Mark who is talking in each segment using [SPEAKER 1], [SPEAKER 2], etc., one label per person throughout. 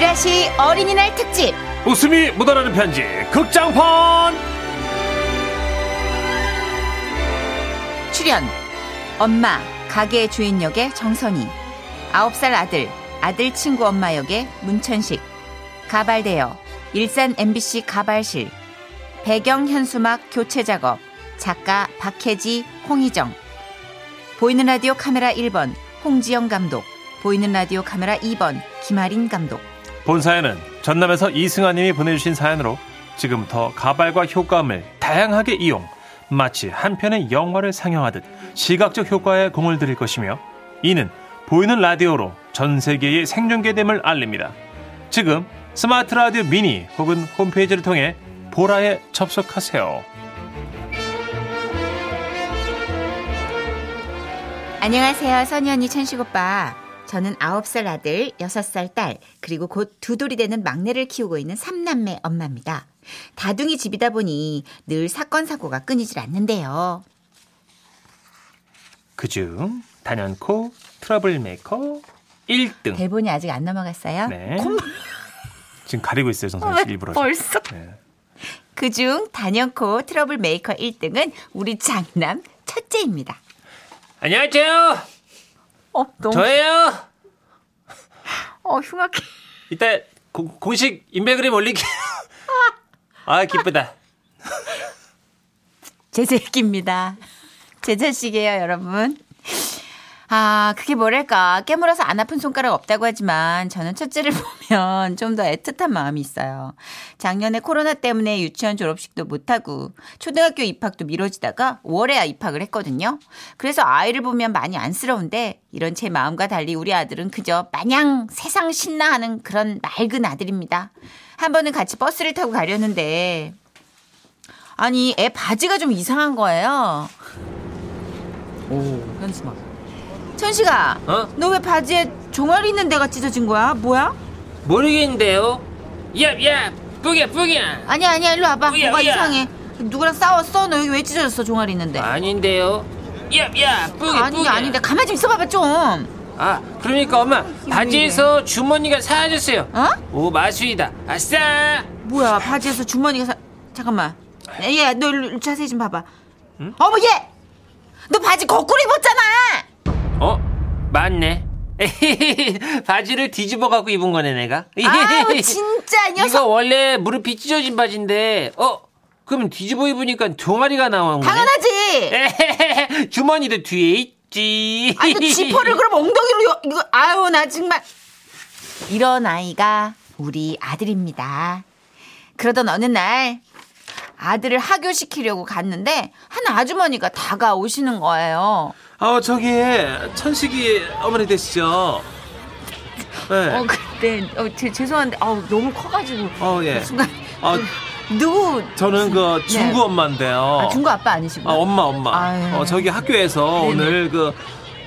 [SPEAKER 1] 다시 어린이날 특집
[SPEAKER 2] 웃음이 묻어나는 편지 극장판
[SPEAKER 1] 출연 엄마 가게 주인 역의 정선희 아홉 살 아들 아들 친구 엄마 역의 문천식 가발대여 일산 MBC 가발실 배경 현수막 교체 작업 작가 박혜지 홍희정 보이는 라디오 카메라 1번 홍지영 감독 보이는 라디오 카메라 2번 김아린 감독
[SPEAKER 2] 본 사연은 전남에서 이승아님이 보내주신 사연으로 지금부터 가발과 효과음을 다양하게 이용 마치 한 편의 영화를 상영하듯 시각적 효과에 공을 들일 것이며 이는 보이는 라디오로 전 세계의 생중계됨을 알립니다. 지금 스마트 라디오 미니 혹은 홈페이지를 통해 보라에 접속하세요.
[SPEAKER 1] 안녕하세요. 선현이 천식 오빠. 저는 9살 아들, 6살 딸, 그리고 곧 두 돌이 되는 막내를 키우고 있는 삼남매 엄마입니다. 다둥이 집이다 보니 늘 사건 사고가 끊이질 않는데요.
[SPEAKER 2] 그중 단연코 트러블 메이커 1등.
[SPEAKER 1] 대본이 아직 안 넘어갔어요?
[SPEAKER 2] 네.
[SPEAKER 1] 콧물
[SPEAKER 2] 지금 가리고 있어요, 정선 씨 일부러.
[SPEAKER 1] 아, 벌써.
[SPEAKER 2] 네.
[SPEAKER 1] 그중 단연코 트러블 메이커 1등은 우리 장남 첫째입니다.
[SPEAKER 2] 안녕하세요.
[SPEAKER 1] 어, 너무
[SPEAKER 2] 저예요.
[SPEAKER 1] 어, 흉악해.
[SPEAKER 2] 이따 공, 공식 인베그림 올릴게요. 아 기쁘다.
[SPEAKER 1] 제재기입니다. 제자식이에요, 여러분. 아, 그게 뭐랄까. 깨물어서 안 아픈 손가락 없다고 하지만 저는 첫째를 보면 좀 더 애틋한 마음이 있어요. 작년에 코로나 때문에 유치원 졸업식도 못하고 초등학교 입학도 미뤄지다가 5월에야 입학을 했거든요. 그래서 아이를 보면 많이 안쓰러운데 이런 제 마음과 달리 우리 아들은 그저 마냥 세상 신나하는 그런 맑은 아들입니다. 한 번은 같이 버스를 타고 가려는데 아니 애 바지가 좀 이상한 거예요. 오 현수막. 천식아,
[SPEAKER 3] 어?
[SPEAKER 1] 너 왜 바지에 종아리 있는 데가 찢어진 거야? 뭐야?
[SPEAKER 3] 모르겠는데요. 야, 야, 뿌기야, 뿌기야.
[SPEAKER 1] 아니야 아니야 일로 와봐.
[SPEAKER 3] 뭐야,
[SPEAKER 1] 뭐가
[SPEAKER 3] 뭐야?
[SPEAKER 1] 이상해. 누구랑 싸웠어? 너 여기 왜 찢어졌어 종아리 있는데?
[SPEAKER 3] 아닌데요. 야, 야, 뿌기,
[SPEAKER 1] 아니
[SPEAKER 3] 뿌기.
[SPEAKER 1] 아닌데 가만 좀 있어봐봐 좀.
[SPEAKER 3] 아, 그러니까 엄마 바지에서 주머니가 사라졌어요.
[SPEAKER 1] 어?
[SPEAKER 3] 오, 마수이다. 아싸.
[SPEAKER 1] 뭐야 바지에서 주머니가 사... 잠깐만. 얘너 일로 자세히 좀 봐봐. 어머 얘, 너 바지 거꾸로 입었잖아.
[SPEAKER 3] 어, 맞네. 바지를 뒤집어 갖고 입은 거네 내가.
[SPEAKER 1] 아우 뭐 진짜 이 녀석.
[SPEAKER 3] 이거 원래 무릎이 찢어진 바지인데, 어, 그럼 뒤집어 입으니까 종아리가 나온 거네.
[SPEAKER 1] 당연하지.
[SPEAKER 3] 주머니도 뒤에 있지.
[SPEAKER 1] 아니 그 지퍼를 그럼 엉덩이로 요- 이거 아유 나 정말 이런 아이가 우리 아들입니다. 그러던 어느 날 아들을 하교시키려고 갔는데 한 아주머니가 다가오시는 거예요.
[SPEAKER 2] 아 저기 천식이 어머니 되시죠? 네.
[SPEAKER 1] 어 근데 어, 제- 죄송한데 아우 너무 커가지고
[SPEAKER 2] 어 예.
[SPEAKER 1] 그 순간 그
[SPEAKER 2] 아
[SPEAKER 1] 누구
[SPEAKER 2] 저는 그 중구
[SPEAKER 1] 네.
[SPEAKER 2] 엄마인데요.
[SPEAKER 1] 아, 중구 아빠 아니시고
[SPEAKER 2] 아, 엄마 엄마.
[SPEAKER 1] 아유. 예.
[SPEAKER 2] 어 저기 학교에서
[SPEAKER 1] 네네.
[SPEAKER 2] 오늘 그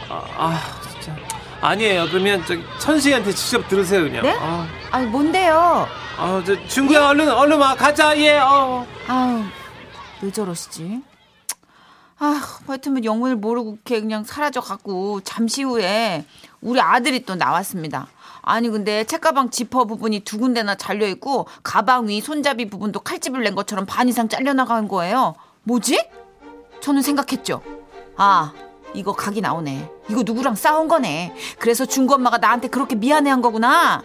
[SPEAKER 2] 아, 아, 진짜 아니에요. 그러면 저기 천식이한테 직접 들으세요 그냥.
[SPEAKER 1] 네?
[SPEAKER 2] 아,
[SPEAKER 1] 아니 뭔데요?
[SPEAKER 2] 아, 저 중구야 얼른 얼른 와 가자 예. 어.
[SPEAKER 1] 아우 왜 저러시지? 아, 버튼은 영문을 모르고 걔 그냥 사라져 갖고 잠시 후에 우리 아들이 또 나왔습니다. 아니 근데 책가방 지퍼 부분이 두 군데나 잘려 있고 가방 위 손잡이 부분도 칼집을 낸 것처럼 반 이상 잘려 나간 거예요. 뭐지? 저는 생각했죠. 아, 이거 각이 나오네. 이거 누구랑 싸운 거네. 그래서 중구 엄마가 나한테 그렇게 미안해한 거구나.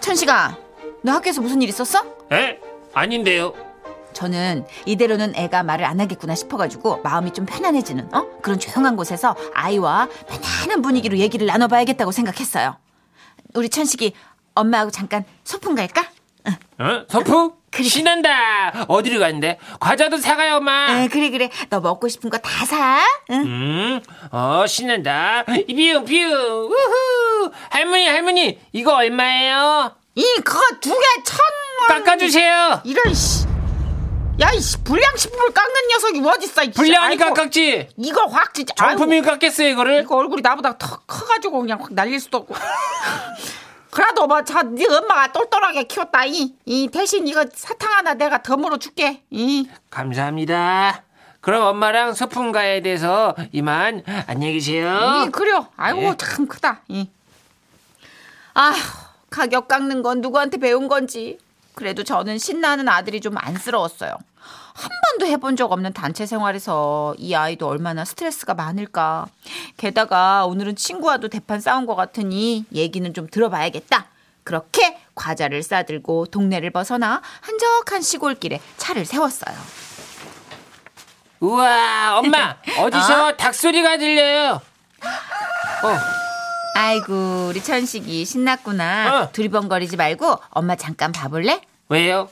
[SPEAKER 1] 천식아, 너 학교에서 무슨 일 있었어?
[SPEAKER 3] 에? 아닌데요.
[SPEAKER 1] 저는 이대로는 애가 말을 안 하겠구나 싶어가지고 마음이 좀 편안해지는 어? 그런 조용한 곳에서 아이와 편안한 분위기로 얘기를 나눠봐야겠다고 생각했어요. 우리 천식이 엄마하고 잠깐 소풍 갈까?
[SPEAKER 3] 어? 서프? 신난다. 어디로 가는데? 과자도 사가요, 엄마.
[SPEAKER 1] 아, 그래 그래 너 먹고 싶은 거 다 사. 응?
[SPEAKER 3] 음, 어, 신난다. 뿅, 뿅, 우후. 할머니, 할머니, 이거 얼마예요?
[SPEAKER 1] 이 그거 두 개 천원.
[SPEAKER 3] 깎아주세요.
[SPEAKER 1] 이런 씨. 야이씨 불량식품을 깎는 녀석이 어딨어? 이 씨.
[SPEAKER 3] 불량이
[SPEAKER 1] 아이고,
[SPEAKER 3] 깎았지?
[SPEAKER 1] 이걸 확 진짜. 아이고,
[SPEAKER 3] 정품이 깎겠어요, 이거를?
[SPEAKER 1] 이거 그 얼굴이 나보다 더 커가지고 그냥 확 날릴 수도 없고. 그래도 뭐저네 엄마가 똘똘하게 키웠다 이. 이 대신 이거 사탕 하나 내가 덤으로 줄게. 이.
[SPEAKER 3] 감사합니다. 그럼 엄마랑 소풍 가야 돼서 이만 안녕히 계세요.
[SPEAKER 1] 이 그려. 아이고
[SPEAKER 3] 네.
[SPEAKER 1] 참 크다. 이. 아 가격 깎는 건 누구한테 배운 건지. 그래도 저는 신나는 아들이 좀 안쓰러웠어요. 한 번도 해본 적 없는 단체 생활에서 이 아이도 얼마나 스트레스가 많을까. 게다가 오늘은 친구와도 대판 싸운 것 같으니 얘기는 좀 들어봐야겠다. 그렇게 과자를 싸들고 동네를 벗어나 한적한 시골길에 차를 세웠어요.
[SPEAKER 3] 우와, 엄마, 어디서 닭소리가 들려요?
[SPEAKER 1] 아이고 우리 천식이 신났구나.
[SPEAKER 3] 어.
[SPEAKER 1] 두리번거리지 말고 엄마 잠깐 봐볼래?
[SPEAKER 3] 왜요?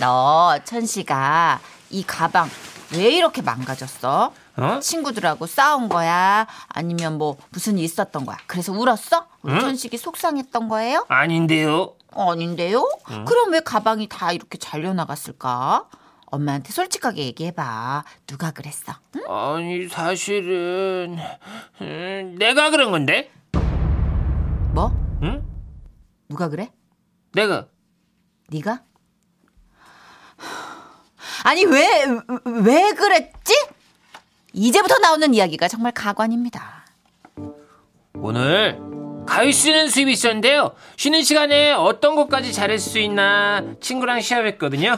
[SPEAKER 1] 너 천식아 이 가방 왜 이렇게 망가졌어?
[SPEAKER 2] 어?
[SPEAKER 1] 친구들하고 싸운 거야? 아니면 뭐 무슨 일 있었던 거야? 그래서 울었어? 우리 천식이 속상했던 거예요? 어,
[SPEAKER 3] 아닌데요.
[SPEAKER 1] 아닌데요? 그럼 왜 가방이 다 이렇게 잘려나갔을까? 엄마한테 솔직하게 얘기해봐. 누가 그랬어? 응?
[SPEAKER 3] 아니, 사실은, 음, 내가 그런 건데?
[SPEAKER 1] 뭐?
[SPEAKER 2] 응?
[SPEAKER 1] 누가 그래?
[SPEAKER 3] 내가.
[SPEAKER 1] 네가? 아니 왜 왜 그랬지? 이제부터 나오는 이야기가 정말 가관입니다.
[SPEAKER 3] 오늘 가위 쓰는 수입이 있었는데요. 쉬는 시간에 어떤 것까지 잘할 수 있나 친구랑 시합했거든요.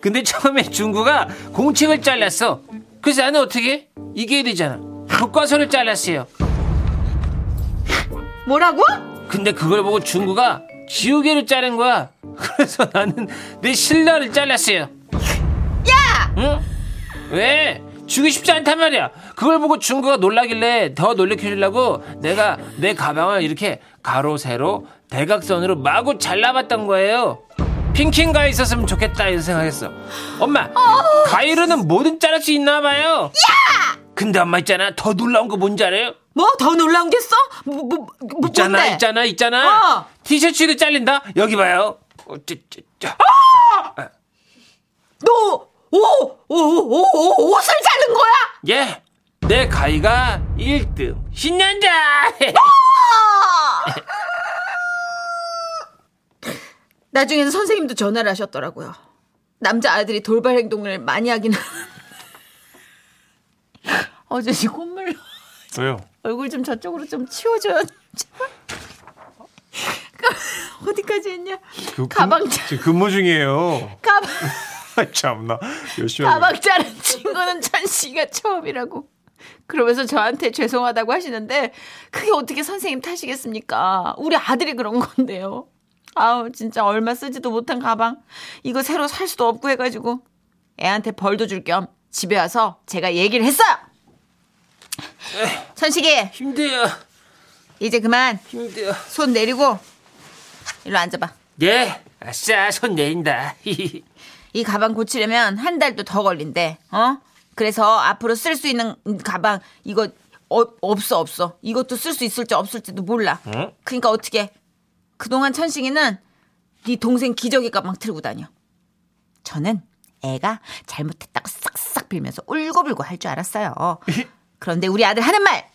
[SPEAKER 3] 근데 처음에 중구가 공책을 잘랐어. 그래서 나는 어떻게? 이게 되잖아. 교과서를 잘랐어요.
[SPEAKER 1] 뭐라고?
[SPEAKER 3] 근데 그걸 보고 중구가 지우개를 자른 거야. 그래서 나는 내 신라를 잘랐어요. 야! 응? 왜? 주기 쉽지 않단 말이야. 그걸 보고 중구가 놀라길래 더 놀래켜주려고 내가 내 가방을 이렇게 가로, 세로, 대각선으로 마구 잘라봤던 거예요. 핑킹 가위 있었으면 좋겠다 이런 생각했어. 엄마, 가위로는 뭐든 자를 수 있나 봐요. 야! 근데 엄마 있잖아. 더 놀라운 거 뭔지 알아요?
[SPEAKER 1] 뭐 더 놀라운 게 있어? 뭐, 뭐, 뭐,
[SPEAKER 3] 있잖아
[SPEAKER 1] 뭔데?
[SPEAKER 3] 있잖아 있잖아
[SPEAKER 1] 어.
[SPEAKER 3] 티셔츠도 잘린다 여기 봐요 어, 저, 저, 저.
[SPEAKER 1] 너 오, 오, 오, 오, 옷을 자른 거야?
[SPEAKER 3] 예. 내 가위가 1등 신년자
[SPEAKER 1] 아! 나중에는 선생님도 전화를 하셨더라고요. 남자 아들이 돌발 행동을 많이 하긴 하는데. 어제 지 콧물로
[SPEAKER 2] 왜요?
[SPEAKER 1] 얼굴 좀 저쪽으로 좀 치워줘요. 제발. 어디까지 했냐?
[SPEAKER 2] 그,
[SPEAKER 1] 가방
[SPEAKER 2] 근-
[SPEAKER 1] 자-
[SPEAKER 2] 지금 근무 중이에요.
[SPEAKER 1] 가방
[SPEAKER 2] 아이, 참나 열심히. 하고
[SPEAKER 1] 가방 자른 친구는 전 씨가 처음이라고. 그러면서 저한테 죄송하다고 하시는데 그게 어떻게 선생님 탓이겠습니까? 우리 아들이 그런 건데요. 아우 진짜 얼마 쓰지도 못한 가방 이거 새로 살 수도 없고 해가지고 애한테 벌도 줄 겸 집에 와서 제가 얘기를 했어요. 천식이
[SPEAKER 3] 힘들어
[SPEAKER 1] 이제 그만
[SPEAKER 3] 힘들어
[SPEAKER 1] 손 내리고 일로 앉아봐.
[SPEAKER 3] 예 아싸 손 내린다
[SPEAKER 1] 이 가방 고치려면 한 달도 더 걸린대. 어? 그래서 앞으로 쓸 수 있는 가방 이거 어- 없어 없어. 이것도 쓸 수 있을지 없을지도 몰라.
[SPEAKER 2] 응?
[SPEAKER 1] 그러니까 어떻게? 그동안 천식이는 네 동생 기저귀 가방 들고 다녀. 저는 애가 잘못했다고 싹싹 빌면서 울고불고 할 줄 알았어요. 그런데 우리 아들 하는 말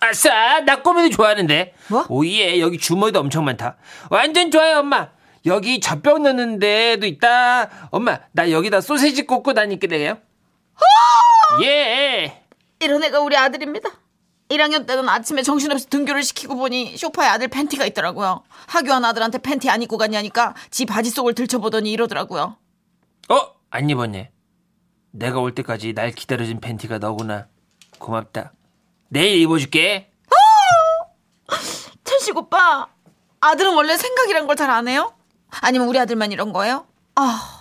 [SPEAKER 3] 아싸 나 꼬미도 좋아하는데
[SPEAKER 1] 뭐?
[SPEAKER 3] 오예 여기 주머니도 엄청 많다 완전 좋아요 엄마 여기 젖병 넣는 데도 있다 엄마 나 여기다 소세지 꽂고 다니게 돼요
[SPEAKER 1] 어!
[SPEAKER 3] 예
[SPEAKER 1] 이런 애가 우리 아들입니다. 1학년 때는 아침에 정신없이 등교를 시키고 보니 쇼파에 아들 팬티가 있더라고요. 하교한 아들한테 팬티 안 입고 가냐니까 지 바지 속을 들춰보더니 이러더라고요.
[SPEAKER 3] 어? 안 입었네. 내가 올 때까지 날 기다려준 팬티가 너구나. 고맙다. 내일 입어줄게.
[SPEAKER 1] 천식 오빠, 아들은 원래 생각이란 걸 잘 안 해요? 아니면 우리 아들만 이런 거예요? 아,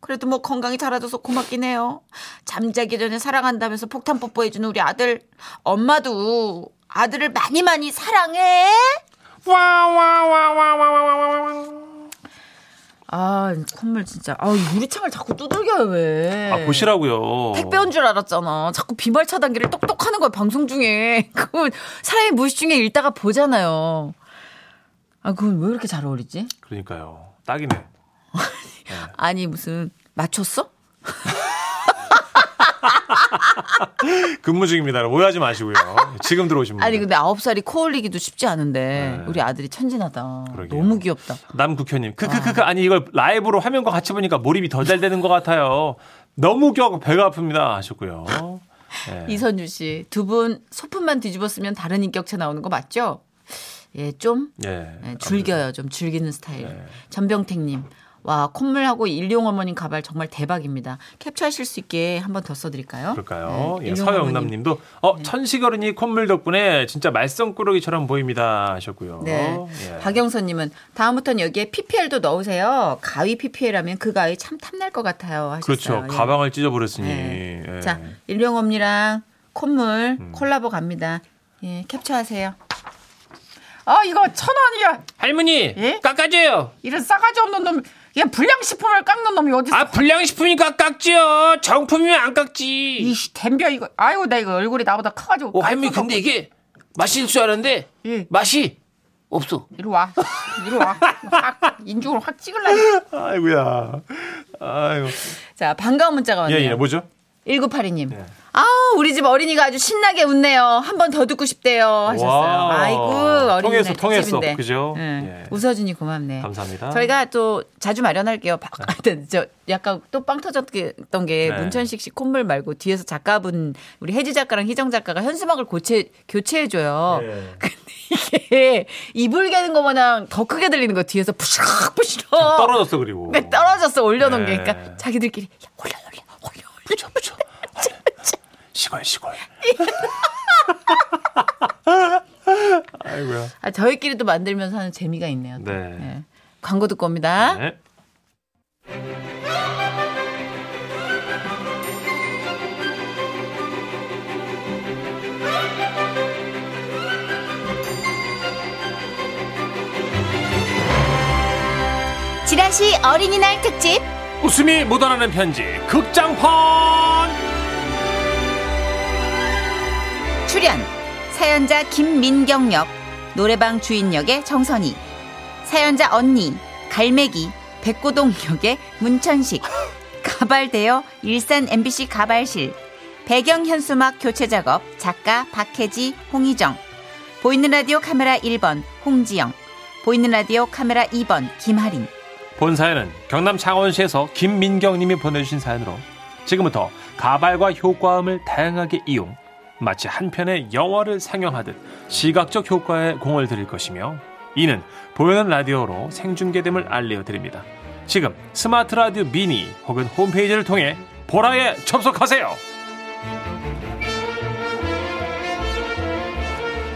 [SPEAKER 1] 그래도 뭐 건강이 자라줘서 고맙긴 해요. 잠자기 전에 사랑한다면서 폭탄 뽀뽀해주는 우리 아들. 엄마도 아들을 많이 많이 사랑해. 아, 콧물 진짜. 아, 우리 창을 자꾸 두들겨요, 왜.
[SPEAKER 2] 아 보시라고요.
[SPEAKER 1] 택배 온 줄 알았잖아. 자꾸 비말 차단기를 똑똑 하는 거야, 방송 중에. 그건 사람이 무시 중에 읽다가 보잖아요. 아, 그건 왜 이렇게 잘 어울리지?
[SPEAKER 2] 그러니까요. 딱이네.
[SPEAKER 1] 아니, 무슨, 맞췄어?
[SPEAKER 2] 근무 중입니다. 여러분. 오해하지 마시고요. 지금 들어오신 분.
[SPEAKER 1] 아니, 그- 근데 아홉 살이 코 올리기도 쉽지 않은데, 우리 아들이 천진하다.
[SPEAKER 2] 네. 그러게요. 네.
[SPEAKER 1] 너무 귀엽다.
[SPEAKER 2] 남국현님, 그, 크크크크, 아니, 이걸 라이브로 화면과 같이 보니까 몰입이 더 잘 되는 것 같아요. 너무 웃겨갖고 배가 아픕니다. 하셨고요. 네.
[SPEAKER 1] 이선주 씨, 두 분 소품만 뒤집었으면 다른 인격체 나오는 거 맞죠? 예, 좀
[SPEAKER 2] 예.
[SPEAKER 1] 예, 즐겨요. 좀 즐기는 스타일.
[SPEAKER 2] 네.
[SPEAKER 1] 전병택님. 와, 콧물하고 일용 어머님 가발 정말 대박입니다. 캡처하실 수 있게 한 번 더 써드릴까요? 네,
[SPEAKER 2] 그럴까요? 예,
[SPEAKER 1] 일용 어머님. 네.
[SPEAKER 2] 서영남님도 어 천식어른이 콧물 덕분에 진짜 말썽꾸러기처럼 보입니다 하셨고요.
[SPEAKER 1] 네.
[SPEAKER 2] 예.
[SPEAKER 1] 박영선님은 다음부터는 여기에 PPL도 넣으세요. 가위 PPL하면 그 가위 참 탐날 것 같아요. 하셨어요.
[SPEAKER 2] 그렇죠.
[SPEAKER 1] 예.
[SPEAKER 2] 가방을 찢어버렸으니.
[SPEAKER 1] 네.
[SPEAKER 2] 예. 음.
[SPEAKER 1] 자, 일용엄니랑 콧물 콜라보 갑니다. 예, 캡처하세요. 아, 이거 천 원이야.
[SPEAKER 3] 할머니
[SPEAKER 1] 예?
[SPEAKER 3] 깎아줘요.
[SPEAKER 1] 이런 싸가지 없는 놈. 얘 불량식품을 깎는 놈이 어디 있어?
[SPEAKER 3] 아 불량식품이니까 깎지요. 정품이면 안 깎지.
[SPEAKER 1] 이씨, 댐벼 이거. 아이고, 나 이거 얼굴이 나보다 커가지고.
[SPEAKER 3] 오 할머니 근데 이게 맛있을 줄 알았는데
[SPEAKER 1] 예.
[SPEAKER 3] 맛이 없어.
[SPEAKER 1] 이리 와. 이리 와. 확, 인중으로 확 찍을라.
[SPEAKER 2] 아이고야. 아이고.
[SPEAKER 1] 자, 반가운 문자가
[SPEAKER 2] 예,
[SPEAKER 1] 왔네요.
[SPEAKER 2] 예, 뭐죠?
[SPEAKER 1] 1982님. 아우, 우리 집 어린이가 아주 신나게 웃네요. 한 번 더 듣고 싶대요. 하셨어요.
[SPEAKER 2] 와우.
[SPEAKER 1] 아이고, 어린이날
[SPEAKER 2] 통해서, 통해서.
[SPEAKER 1] 특집인데.
[SPEAKER 2] 그죠?
[SPEAKER 1] 예.
[SPEAKER 2] 예.
[SPEAKER 1] 웃어주니 고맙네.
[SPEAKER 2] 감사합니다.
[SPEAKER 1] 저희가 또 자주 마련할게요. 바- 하여튼 저 약간 또 빵 터졌던 게
[SPEAKER 2] 네.
[SPEAKER 1] 문천식 씨 콧물 말고 뒤에서 작가분 우리 혜지 작가랑 희정 작가가 현수막을 고체 교체해줘요.
[SPEAKER 2] 예.
[SPEAKER 1] 근데 이게 예. 이불 개는 것보다 더 크게 들리는 거 뒤에서 푸시락 푸시락
[SPEAKER 2] 떨어졌어 그리고.
[SPEAKER 1] 네, 떨어졌어 올려놓은
[SPEAKER 2] 네.
[SPEAKER 1] 게 그러니까 자기들끼리 야, 올려 올려 올려 올려
[SPEAKER 2] 그렇죠. 시골 시골. 아이고야.
[SPEAKER 1] 아, 저희끼리 또 만들면서 하는 재미가 있네요. 또.
[SPEAKER 2] 네.
[SPEAKER 1] 예. 광고 듣고 옵니다.
[SPEAKER 2] 네.
[SPEAKER 4] 지라시 어린이날 특집
[SPEAKER 2] 웃음이 묻어나는 편지 극장판.
[SPEAKER 1] 출연 사연자 김민경 역 노래방 주인 역의 정선희 사연자 언니 갈매기 백고동 역의 문천식 가발 대여 일산 MBC 가발실 배경 현수막 교체 작업 작가 박혜지 홍희정 보이는 라디오 카메라 1번 홍지영 보이는 라디오 카메라 2번 김하린
[SPEAKER 2] 본 사연은 경남 창원시에서 김민경님이 보내주신 사연으로 지금부터 가발과 효과음을 다양하게 이용 마치 한 편의 영화를 상영하듯 시각적 효과에 공을 들일 것이며 이는 보이는 라디오로 생중계됨을 알려드립니다. 지금 스마트 라디오 미니 혹은 홈페이지를 통해 보라에 접속하세요.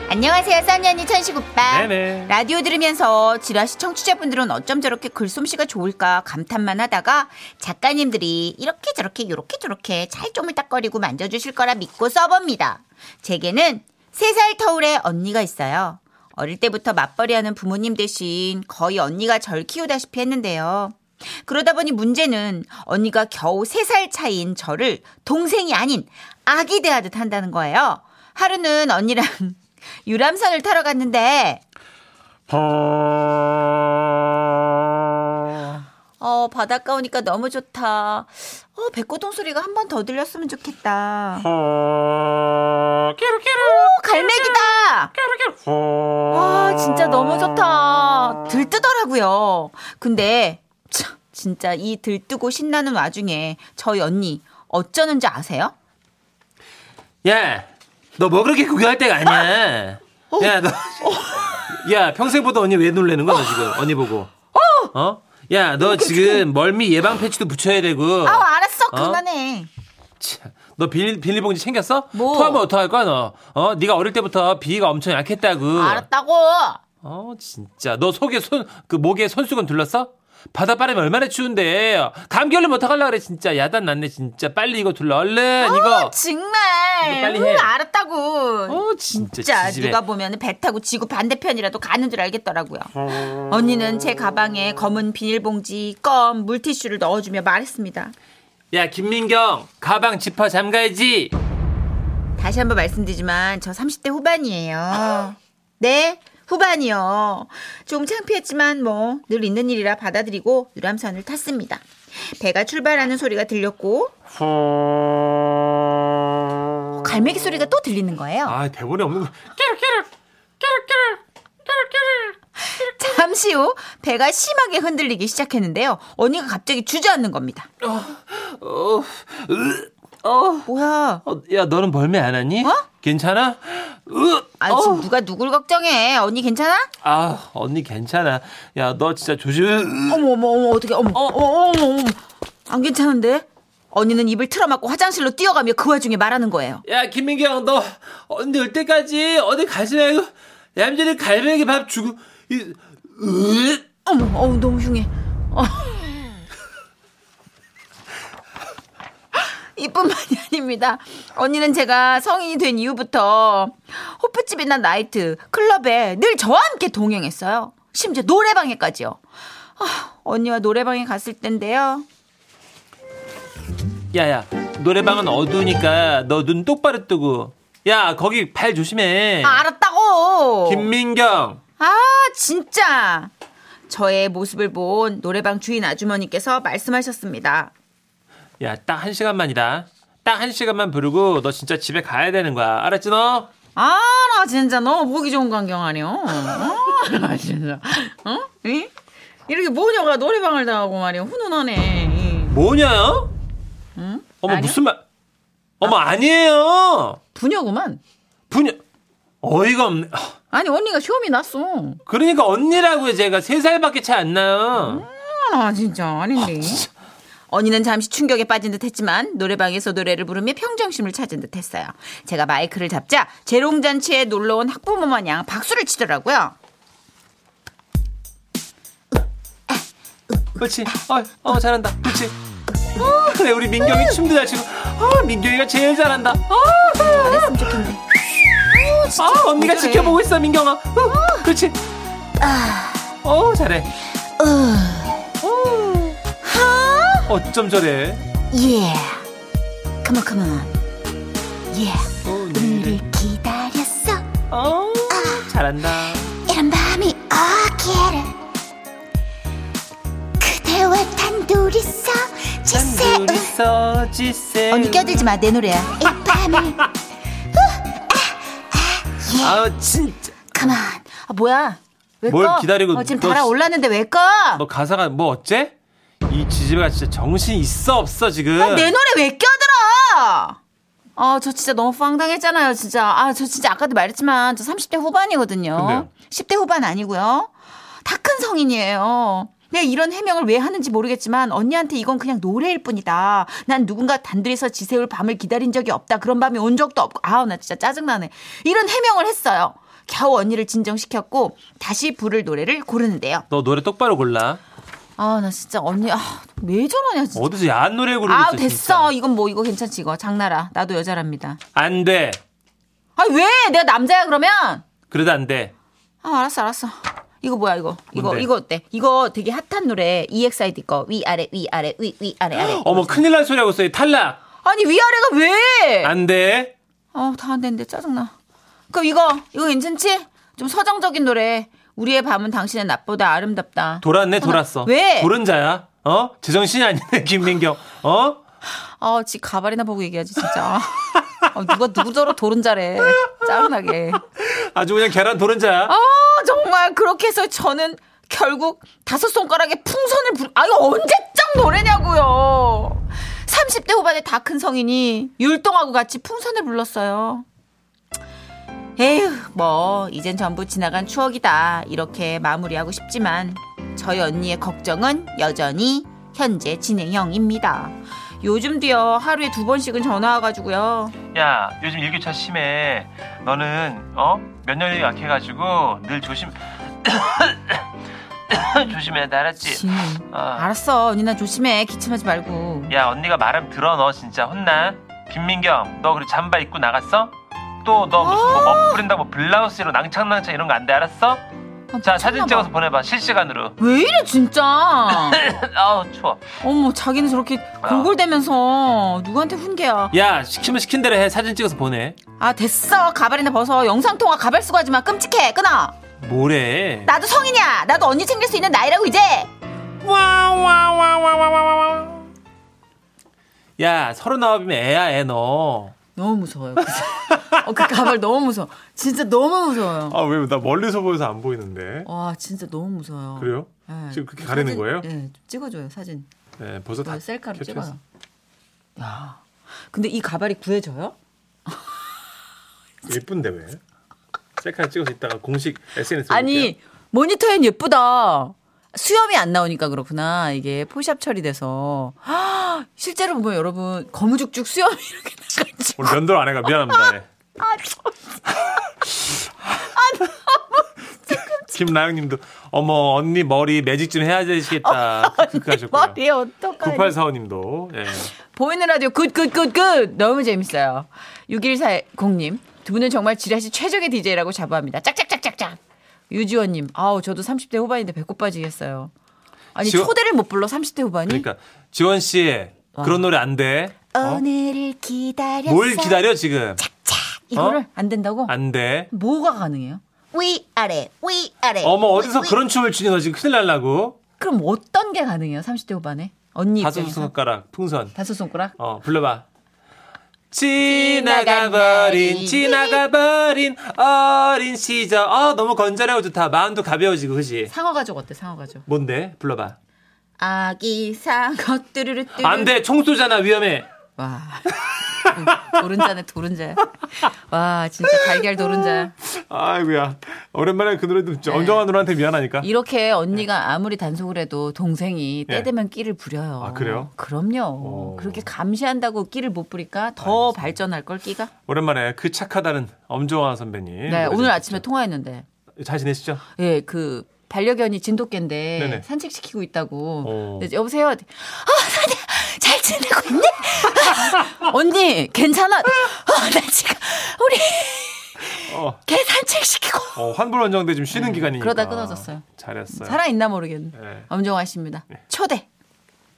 [SPEAKER 4] 안녕하세요 써니 언니 천식 오빠
[SPEAKER 2] 네네.
[SPEAKER 1] 라디오 들으면서 지라시 청취자분들은 어쩜 저렇게 글솜씨가 좋을까 감탄만 하다가 작가님들이 이렇게 저렇게 요렇게 저렇게 찰조물딱거리고 만져주실 거라 믿고 써봅니다. 제게는 3살 터울의 언니가 있어요. 어릴 때부터 맞벌이하는 부모님 대신 거의 언니가 절 키우다시피 했는데요. 그러다 보니 문제는 언니가 겨우 3살 차인 저를 동생이 아닌 아기 대하듯 한다는 거예요. 하루는 언니랑 유람선을 타러 갔는데 어, 바닷가 오니까 너무 좋다. 어, 백고동 소리가 한 번 더 들렸으면 좋겠다. 오, 어, 갈매기다! 와, 진짜 너무 좋다. 들뜨더라고요. 근데, 참, 진짜 이 들뜨고 신나는 와중에 저희 언니, 어쩌는지 아세요?
[SPEAKER 3] 야, 너 뭐 그렇게 구경할 때가 아니야.
[SPEAKER 1] 어.
[SPEAKER 3] 야, 너. 야, 평생보다 언니 왜 놀래는 거야, 너 지금? 언니 보고. 어? 야, 너 지금 멀미 예방 패치도 붙여야 되고.
[SPEAKER 1] 아, 알았어.
[SPEAKER 3] 어?
[SPEAKER 1] 그만해.
[SPEAKER 3] 참, 너 비닐, 비닐봉지 챙겼어?
[SPEAKER 1] 뭐?
[SPEAKER 3] 토하면 어떡할 거야, 너? 어? 네가 어릴 때부터 비위가 엄청 약했다고.
[SPEAKER 1] 아, 알았다고.
[SPEAKER 3] 어, 진짜. 너 속에 손, 그 목에 손수건 둘렀어? 바닷바람이 얼마나 추운데. 감기 얼른 못 타갈라 그래, 진짜. 야단 났네, 진짜. 빨리 이거 둘러.
[SPEAKER 1] 아,
[SPEAKER 3] 얼른, 이거.
[SPEAKER 1] 정말.
[SPEAKER 3] 이거 빨리 해.
[SPEAKER 1] 응, 알았다고.
[SPEAKER 3] 어, 진짜.
[SPEAKER 1] 진짜
[SPEAKER 3] 지지배.
[SPEAKER 1] 누가 보면 배 타고 지구 반대편이라도 가는 줄 알겠더라고요. 언니는 제 가방에 검은 비닐봉지, 껌, 물티슈를 넣어주며 말했습니다.
[SPEAKER 3] 야, 김민경. 가방 지퍼 잠가야지.
[SPEAKER 1] 다시 한번 말씀드리지만 저 30대 후반이에요. 네, 후반이요. 좀 창피했지만 뭐 늘 있는 일이라 받아들이고 유람선을 탔습니다. 배가 출발하는 소리가 들렸고 어, 갈매기 소리가 또 들리는 거예요.
[SPEAKER 2] 아 대본에 없는 거.
[SPEAKER 1] 잠시 후 배가 심하게 흔들리기 시작했는데요. 언니가 갑자기 주저앉는 겁니다.
[SPEAKER 3] 어, 으, 어,
[SPEAKER 1] 뭐야?
[SPEAKER 3] 어, 야, 너는 멀미 안 하니?
[SPEAKER 1] 어?
[SPEAKER 3] 괜찮아? 으,
[SPEAKER 1] 아, 지금
[SPEAKER 3] 어.
[SPEAKER 1] 누가 누굴 걱정해? 언니 괜찮아?
[SPEAKER 3] 아, 언니 괜찮아. 야, 너 진짜 조심. 으,
[SPEAKER 1] 어머 어머 어머 어떻게 어머 어, 머 어머 어머 안 괜찮은데? 언니는 입을 틀어막고 화장실로 뛰어가며 그 와중에 말하는 거예요.
[SPEAKER 3] 야, 김민경, 너 언니 올 때까지 어디 가지 말고 얌전히 갈매기 밥 주고. 이, 으,
[SPEAKER 1] 어머 어머 너무 흉해. 어. 이뿐만이 아닙니다. 언니는 제가 성인이 된 이후부터 호프집이나 나이트, 클럽에 늘 저와 함께 동행했어요. 심지어 노래방에까지요. 아, 언니와 노래방에 갔을 텐데요.
[SPEAKER 3] 야야 노래방은 어두우니까 너 눈 똑바로 뜨고 야 거기 발 조심해
[SPEAKER 1] 아, 알았다고!
[SPEAKER 3] 김민경
[SPEAKER 1] 아, 진짜! 저의 모습을 본 노래방 주인 아주머니께서 말씀하셨습니다.
[SPEAKER 3] 야 딱 한 시간만이다 딱 한 시간만 부르고 너 진짜 집에 가야 되는 거야 알았지 너?
[SPEAKER 1] 아, 나 진짜 너무 보기 좋은 광경 아니요? 아, 나 진짜. 어? 이? 이렇게 모녀가 노래방을 나가고 말이야. 훈훈하네. 이.
[SPEAKER 3] 뭐냐?
[SPEAKER 1] 응?
[SPEAKER 3] 어머
[SPEAKER 1] 아니요?
[SPEAKER 3] 무슨 말 어머 아니에요
[SPEAKER 1] 부녀구만.
[SPEAKER 3] 분야 어이가 없네
[SPEAKER 1] 아니, 언니가 시험이 났어.
[SPEAKER 3] 그러니까 언니라고요 제가 세살밖에 차이 안 나요
[SPEAKER 1] 아, 진짜 아닌데. 언니는 잠시 충격에 빠진 듯 했지만 노래방에서 노래를 부르며 평정심을 찾은 듯 했어요. 제가 마이크를 잡자 재롱잔치에 놀러온 학부모 마냥 박수를 치더라고요.
[SPEAKER 3] 그렇지 어, 어 잘한다 그렇지 어, 그래 우리 민경이 춤도 잘 치고 아 민경이가 제일 잘한다
[SPEAKER 1] 잘했으면 좋겠는데.
[SPEAKER 3] 아 언니가
[SPEAKER 1] 잘해.
[SPEAKER 3] 지켜보고 있어 민경아 어, 그렇지
[SPEAKER 1] 아.
[SPEAKER 3] 어 잘해 어. 어쩜 저래
[SPEAKER 4] 예. 그만 그만. 예.
[SPEAKER 3] 어,
[SPEAKER 4] 오늘을 기다렸어.
[SPEAKER 3] 어 잘한다
[SPEAKER 4] 이런 밤이 오기를. 그대와 단둘이서 지새운
[SPEAKER 3] 단둘이 써지세
[SPEAKER 1] 언니 껴들지 마, 내 노래야.
[SPEAKER 4] 이 밤을.
[SPEAKER 3] 아 진짜
[SPEAKER 4] 그만.
[SPEAKER 1] 아, 뭐야? 왜
[SPEAKER 3] 뭘
[SPEAKER 1] 꺼?
[SPEAKER 3] 기다리고
[SPEAKER 1] 어, 지금
[SPEAKER 3] 너
[SPEAKER 1] 달아 올랐는데 왜 꺼?
[SPEAKER 3] 너 가사가 뭐 어째 이 지지배가 진짜 정신 있어 없어 지금
[SPEAKER 1] 아, 내 노래 왜 껴들어? 아, 저 진짜 너무 황당했잖아요, 진짜. 아, 저 진짜 아까도 말했지만 저 30대 후반이거든요.
[SPEAKER 3] 근데요?
[SPEAKER 1] 10대 후반 아니고요. 다 큰 성인이에요. 내가 이런 해명을 왜 하는지 모르겠지만 언니한테 이건 그냥 노래일 뿐이다. 난 누군가 단둘이서 지새울 밤을 기다린 적이 없다. 그런 밤이 온 적도 없고. 아우, 나 진짜 짜증나네. 이런 해명을 했어요. 겨우 언니를 진정시켰고 다시 부를 노래를 고르는데요.
[SPEAKER 3] 너 노래 똑바로 골라
[SPEAKER 1] 아, 나 진짜 언니 아, 왜 저러냐, 진짜.
[SPEAKER 3] 어디서 야한 노래 부르고
[SPEAKER 1] 아
[SPEAKER 3] 있어
[SPEAKER 1] 됐어 이건 뭐 이거 괜찮지 이거 장나라 나도 여자랍니다
[SPEAKER 3] 안돼
[SPEAKER 1] 아 왜 내가 남자야 그러면
[SPEAKER 3] 그래도 안돼
[SPEAKER 1] 아 알았어 알았어 이거 뭐야 이거 이거
[SPEAKER 3] 뭔데?
[SPEAKER 1] 이거 어때 이거 되게 핫한 노래 E EXID 거 위아래 위아래 위 위아래 아래
[SPEAKER 3] 어머 큰일 날 소리하고 있어 탈락
[SPEAKER 1] 아니 위아래가 왜
[SPEAKER 3] 안돼
[SPEAKER 1] 어 다 안 되는데 짜증나 그럼 이거 이거 괜찮지 좀 서정적인 노래 우리의 밤은 당신의 낮보다 아름답다
[SPEAKER 3] 돌았네 돌았어.
[SPEAKER 1] 왜?
[SPEAKER 3] 돌은 자야. 어? 제정신이 아니네 김민경. 어?
[SPEAKER 1] 아, 지 가발이나 보고 얘기하지 진짜 아, 누가 누구저러 도른 자래 짜증나게
[SPEAKER 3] 아주 그냥 계란 돌은 자야.
[SPEAKER 1] 아 정말 그렇게 해서 저는 결국 다섯 손가락에 풍선을 불. 아 이거 언제적 노래냐고요. 30대 후반의 다 큰 성인이 율동하고 같이 풍선을 불렀어요. 에휴 뭐 이젠 전부 지나간 추억이다 이렇게 마무리하고 싶지만 저희 언니의 걱정은 여전히 현재 진행형입니다. 요즘도요 하루에 두 번씩은 전화 와가지고요.
[SPEAKER 3] 야 요즘 일교차 심해. 너는 어? 면역력이 약해가지고 늘 조심. 조심해 나 알았지.
[SPEAKER 1] 진.
[SPEAKER 3] 어.
[SPEAKER 1] 알았어 언니나 조심해 기침하지 말고.
[SPEAKER 3] 야 언니가 말하면 들어 너 진짜 혼나. 김민경 너 그래 잠바 입고 나갔어? 또 너 무슨 뭐 멋부린다고 블라우스로 낭창낭창 이런 거 안 돼 알았어?
[SPEAKER 1] 아,
[SPEAKER 3] 자 사진
[SPEAKER 1] 미쳤나
[SPEAKER 3] 찍어서
[SPEAKER 1] 봐.
[SPEAKER 3] 보내봐 실시간으로.
[SPEAKER 1] 왜 이래 진짜
[SPEAKER 3] 아우 추워.
[SPEAKER 1] 어머 자기는 저렇게 골골대면서 누구한테 훈계야
[SPEAKER 3] 야 시키면 시킨 대로 해 사진 찍어서 보내.
[SPEAKER 1] 아 됐어 가발이나 벗어 영상통화 가발 쓰고 하지마 끔찍해 끊어
[SPEAKER 3] 뭐래?
[SPEAKER 1] 나도 성인이야 나도 언니 챙길 수 있는 나이라고 이제
[SPEAKER 3] 야 서른아홉이면 애야 애 너.
[SPEAKER 1] 너무 무서워요 그 사람. 어, 그 가발 너무 무서워 진짜 너무 무서워요
[SPEAKER 3] 아 왜 나 멀리서 보여서 안 보이는데?
[SPEAKER 1] 와 진짜 너무 무서워요
[SPEAKER 3] 그래요?
[SPEAKER 1] 예.
[SPEAKER 3] 지금 그렇게 가리는
[SPEAKER 1] 사진,
[SPEAKER 3] 거예요?
[SPEAKER 1] 예, 좀 찍어줘요 사진
[SPEAKER 3] 네 벌써 다
[SPEAKER 1] 이거 셀카로
[SPEAKER 3] 캡처했어.
[SPEAKER 1] 찍어요 야 근데 이 가발이 구해져요?
[SPEAKER 2] 예쁜데 왜? 셀카 찍어서 있다가 공식 SNS 에 올게요.
[SPEAKER 1] 아니 모니터엔 예쁘다. 수염이 안 나오니까 그렇구나. 이게 포샵 처리돼서 헉, 실제로 보면 여러분 거무죽죽 수염이 이렇게 나가지.
[SPEAKER 2] 오늘 면도를 안 해가 미안합니다. 예.
[SPEAKER 1] 아,
[SPEAKER 2] 김나영님도 어머 언니 머리 매직 좀 해야 되시겠다. 크크하셨고요.
[SPEAKER 1] 머리에 어떡하니?
[SPEAKER 2] 9845님도 예.
[SPEAKER 1] 보이는 라디오 굿굿굿굿 너무 재밌어요. 6140님 두 분은 정말 지라시 최적의 DJ라고 자부합니다. 짝짝짝짝짝. 유지원님 아우 저도 30대 후반인데 배꼽 빠지겠어요. 아니
[SPEAKER 2] 지원-
[SPEAKER 1] 초대를 못 불러 30대 후반이?
[SPEAKER 2] 그러니까 지원 씨
[SPEAKER 1] 음?
[SPEAKER 2] 그런 노래 안 돼. 어?
[SPEAKER 4] 오늘을 기다렸어
[SPEAKER 2] 뭘 기다려 지금?
[SPEAKER 1] 이거를
[SPEAKER 2] 어?
[SPEAKER 1] 안 된다고?
[SPEAKER 2] 안 돼.
[SPEAKER 1] 뭐가 가능해요?
[SPEAKER 4] 위아래 위아래
[SPEAKER 2] 어머 어디서 그런 춤을 추니 너 지금 큰일 날라고.
[SPEAKER 1] 그럼 어떤 게 가능해요? 30대 후반에 언니
[SPEAKER 2] 다섯
[SPEAKER 1] 입장에서
[SPEAKER 2] 손가락 풍선.
[SPEAKER 1] 다섯 손가락
[SPEAKER 2] 어 불러봐. 지나가버린 지나가버린 어린 시절 어 너무 건전하고 좋다 마음도 가벼워지고 그지
[SPEAKER 1] 상어 가족 어때? 상어 가족
[SPEAKER 2] 뭔데 불러봐
[SPEAKER 1] 아기 상어 뚜루루 뚜루
[SPEAKER 2] 안돼 총쏘잖아 위험해
[SPEAKER 1] 와 도른자네 도른자 와 진짜 달걀 도른자
[SPEAKER 2] 아이고야 오랜만에 그 노래
[SPEAKER 1] 네.
[SPEAKER 2] 듣죠 엄정한 누나한테 미안하니까
[SPEAKER 1] 이렇게
[SPEAKER 2] 네.
[SPEAKER 1] 언니가 아무리 단속을 해도 동생이 때
[SPEAKER 2] 예.
[SPEAKER 1] 되면 끼를 부려요
[SPEAKER 2] 아, 그래요?
[SPEAKER 1] 그럼요
[SPEAKER 2] 오.
[SPEAKER 1] 그렇게 감시한다고 끼를 못 부리까 더 발전할 걸 끼가
[SPEAKER 2] 오랜만에 그 착하다는 엄정화 선배님
[SPEAKER 1] 네
[SPEAKER 2] 노래
[SPEAKER 1] 오늘
[SPEAKER 2] 좀
[SPEAKER 1] 아침에 통화했는데
[SPEAKER 2] 듣죠. 잘 지내시죠
[SPEAKER 1] 예, 그 반려견이 진돗개인데
[SPEAKER 2] 네네.
[SPEAKER 1] 산책시키고 있다고.
[SPEAKER 2] 오.
[SPEAKER 1] 근데 여보세요. 아, 사내 잘 지내고 있니? 언니, 괜찮아. 어, 나 지금 우리
[SPEAKER 2] 어,
[SPEAKER 1] 개 산책시키고
[SPEAKER 2] 어, 환불
[SPEAKER 1] 네,
[SPEAKER 2] 원정대 지금 쉬는 기간이니까
[SPEAKER 1] 그러다 끊어졌어요.
[SPEAKER 2] 잘했어요
[SPEAKER 1] 살아 있나 모르겠네.
[SPEAKER 2] 네.
[SPEAKER 1] 엄정화십니다. 초대.